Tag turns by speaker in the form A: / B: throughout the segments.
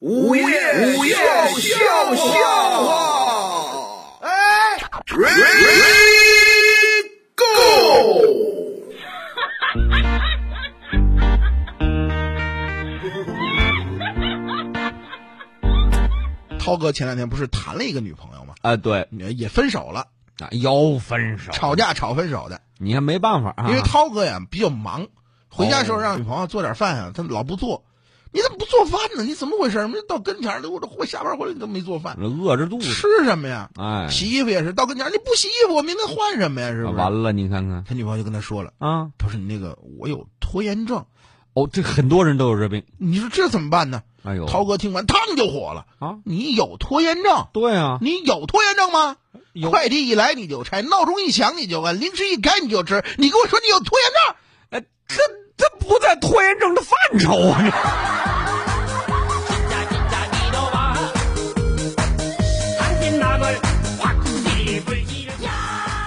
A: 午夜午夜笑笑话，哎，Ready Go！涛哥前两天不是谈了一个女朋友吗？
B: 啊，对，
A: 也也分手了，
B: 啊要分手，
A: 吵架吵分手的。
B: 你看没办法啊，
A: 因为涛哥呀比较忙，回家时候让女朋友做点饭
B: 哦
A: 啊，他老不做。你怎么不做饭呢？你怎么回事？没到跟前儿，我这或下班回来你都没做饭，
B: 饿着肚子，
A: 吃什么呀？
B: 嗯哎，啊
A: 洗衣服也是，到跟前儿你不洗衣服，我明天换什么呀？是不是？
B: 完了，你看看
A: 他女朋友就跟他说了，
B: 啊，
A: 他说你那个我有拖延症，
B: 哦，这很多人都有这病，
A: 你说这怎么办呢？
B: 哎呦，
A: 涛哥听完，烫就火了，
B: 啊，
A: 你有拖延症？
B: 对啊，
A: 你有拖延症吗？
B: 有
A: 快递一来你就拆，闹钟一响你就按，零食一开你就吃，你跟我说你有拖延症？
B: 哎，这这不在拖延症的范畴啊！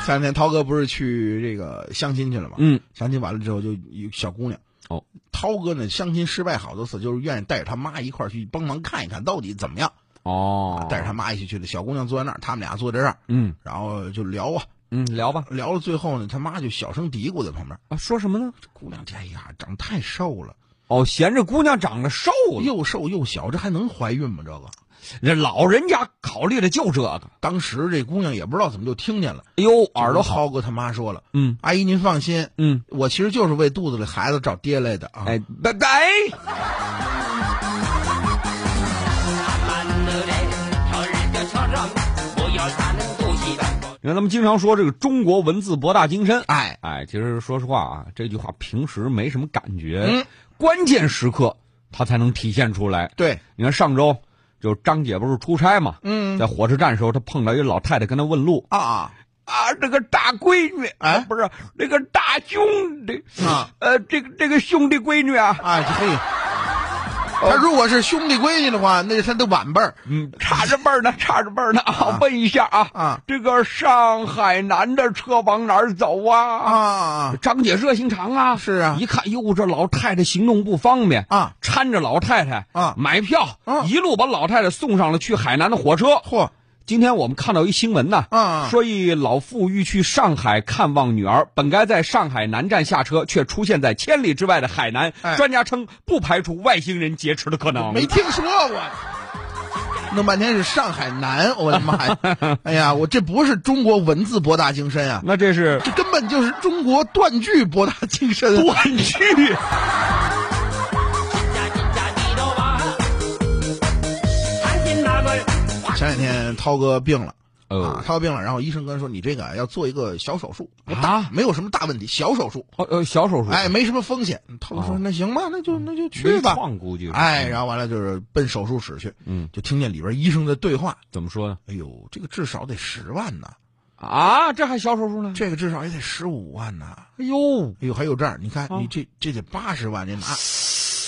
A: 前两天涛哥不是去这个相亲去了吗？
B: 嗯，
A: 相亲完了之后就有小姑娘。
B: 哦，
A: 涛哥呢，相亲失败好多次，就是愿意带着他妈一块儿去帮忙看一看到底怎么样。
B: 哦，
A: 带着他妈一起去的，小姑娘坐在那儿，他们俩坐在这儿，
B: 嗯
A: 然后就聊啊，
B: 嗯，聊吧
A: 聊到最后呢，他妈就小声嘀咕在旁边
B: 啊，说什么呢？：“
A: 这姑娘这哎呀，长得太瘦了，
B: 哦，嫌这姑娘长得瘦了，
A: 又瘦又小，这还能怀孕吗？这个。”
B: 这老人家考虑的就这个。
A: 当时这姑娘也不知道怎么就听见了，
B: 哎呦，耳朵
A: 就
B: 好，
A: 跟涛哥他妈说了
B: 嗯：“
A: 阿姨您放心，
B: 嗯，
A: 我其实就是为肚子里孩子找爹来的啊。”
B: 哎，拜拜。你看，咱们经常说这个中国文字博大精深，
A: 哎，
B: 哎，其实说实话啊，这句话平时没什么感觉，
A: 嗯
B: 关键时刻它才能体现出来。
A: 对，
B: 你看上周就张姐不是出差嘛，
A: 嗯
B: 在火车站的时候，她碰到一老太太跟她问路
A: 啊啊，
B: 啊，这个大闺女啊
A: 哎
B: 不是那个大兄弟
A: 啊，
B: 呃，这个这个兄弟闺女啊，
A: 啊，可以。他如果是兄弟闺女的话，那是他的晚辈儿。
B: 嗯，差着辈儿呢，差着辈儿呢啊，问一下啊
A: 啊，
B: 这个上海南的车往哪儿走啊？
A: 啊
B: 张姐热心肠啊，
A: 是啊
B: 一看哟，这老太太行动不方便
A: 啊，
B: 搀着老太太
A: 啊
B: 买票
A: 啊
B: 一路把老太太送上了去海南的火车。
A: 嚯，
B: 今天我们看到一新闻呢，
A: 啊
B: 说一老妇欲去上海看望女儿，本该在上海南站下车，却出现在千里之外的海南。
A: 哎
B: 专家称不排除外星人劫持的可能。
A: 没听说过。弄半天是上海南，我的妈呀！哎呀，我这不是中国文字博大精深啊，
B: 那这是
A: 这根本就是中国断句博大精深。
B: 断句。
A: 前两天涛哥病了。啊
B: 哦，
A: 涛哥病了，然后医生跟他说：“你这个啊要做一个小手术，
B: 啊
A: 大没有什么大问题，小手术，
B: 哦呃，小手术，
A: 哎，，没什么风险。”涛哥说：“
B: 哦
A: 那行吧，那就那就去吧。”
B: 创估计是
A: 哎，然后完了就是奔手术室去，
B: 嗯，
A: 就听见里边医生的对话。
B: 怎么说呢？
A: 哎呦，这个至少得十万呐，
B: 啊，这还小手术呢？
A: 这个至少也得十五万呐。
B: 哎呦，
A: 哎呦，还有这儿，你看
B: 啊
A: 你这这得八十万，这拿。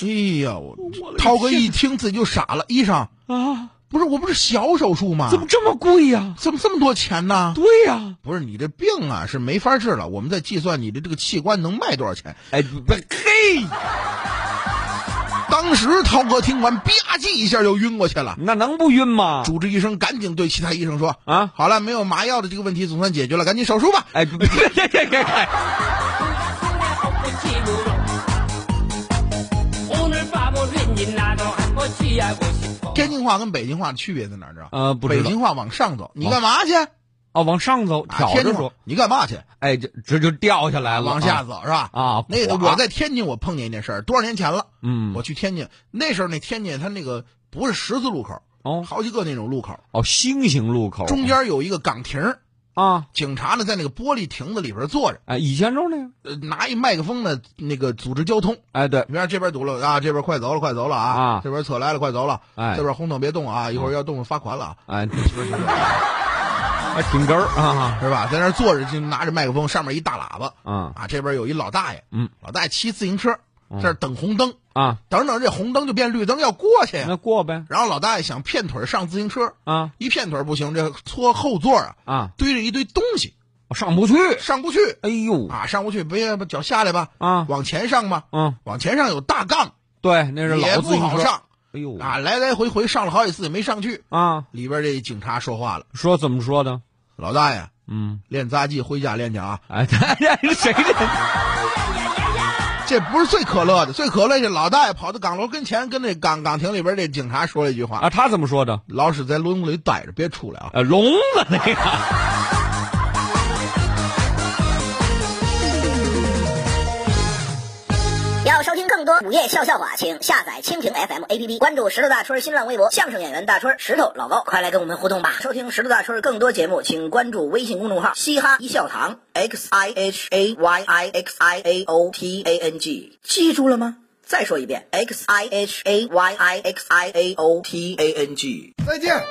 A: 哎呀，我
B: 我的
A: 涛哥
B: 天
A: 一听自己就傻了，医生
B: 啊，
A: 不是我不是小手术吗？
B: 怎么这么贵呀、
A: 怎么这么多钱呢？
B: 对呀、
A: 不是你这病啊是没法治了，我们在计算你的这个器官能卖多少钱。
B: 哎，不嘿，
A: 当时涛哥听完吧唧一下就晕过去了，
B: 那能不晕吗？
A: 主治医生赶紧对其他医生说
B: 啊
A: 好了，没有麻药的这个问题总算解决了，赶紧手术吧。
B: 哎，别别别别！哎
C: 오늘 밤은 왠지 나도 한번 취하고 싶어
A: 天津话跟北京话的区别在哪儿？知道？
B: 呃哦不知
A: 北
B: 道
A: 京话往上走，你干嘛去？啊
B: 哦，往上走，挑
A: 天
B: 着
A: 津
B: 说
A: 话，，你干嘛去？
B: 哎，这这就掉下来了，
A: 往下
B: 啊
A: 走是吧？
B: 啊
A: 那个
B: 垮
A: 我在天津，我碰见一件事儿，多少年前了？
B: 嗯，
A: 我去天津，那时候那天津它那个不是十字路口，
B: 哦
A: 好几个那种路口，
B: 哦，星星路口
A: 中间有一个岗亭儿，
B: 啊，
A: 警察呢在那个玻璃亭子里边坐着，
B: 哎，以前就是那样，
A: 呃拿一麦克风呢，那个组织交通。
B: 哎对，
A: 你看这边堵了啊，这边快走了，快走了啊，
B: 啊
A: 这边侧来了，快走了，
B: 哎嗯
A: 这边红灯别动啊，一会儿要动罚款了啊。
B: 哎，哎挺根儿啊
A: 是吧？在那儿坐着就拿着麦克风，上面一大喇叭，
B: 啊
A: 啊，这边有一老大爷，
B: 嗯，
A: 老大爷骑自行车，在
B: 嗯
A: 这儿等红灯，
B: 啊，
A: 等着等着这红灯就变绿灯要过去呀，
B: 那过呗
A: 然后老大爷想骗腿上自行车，
B: 啊
A: 一骗腿不行，这搓后座啊，
B: 啊，
A: 堆着一堆东西
B: 上不去，
A: 上不去
B: 哎呦
A: 啊，上不去，别把脚下来吧，
B: 啊
A: 往前上吧，
B: 嗯，
A: 往前上有大杠，
B: 对，那是
A: 也
B: 老自
A: 不
B: 行
A: 好
B: 车，
A: 上，
B: 哎呦
A: 啊，来来回回上了好几次也没上去。
B: 啊，
A: 里边这警察说话了
B: 说怎么说的？：“
A: 老大爷，
B: 嗯，
A: 练杂技回家练去啊！
B: 哎， 谁这？
A: 这不是最可乐的，最可乐是老大爷跑到岗楼跟前，跟那岗岗亭里边这警察说了一句话：
B: 啊，他怎么说的？
A: 老史在笼子里待着，别出来啊！
B: 呃，聋子那个。
D: 要收听更多午夜笑笑话，请下载蜻蜓 FM APP，关注石头大春儿新浪微博，相声演员大春儿、石头老高，快来跟我们互动吧！收听石头大春儿更多节目，请关注微信公众号“嘻哈一笑堂 ”x i h a y i x i a o t a n g，记住了吗？再说一遍，x i h a y i x i a o t a n g。
A: 再见。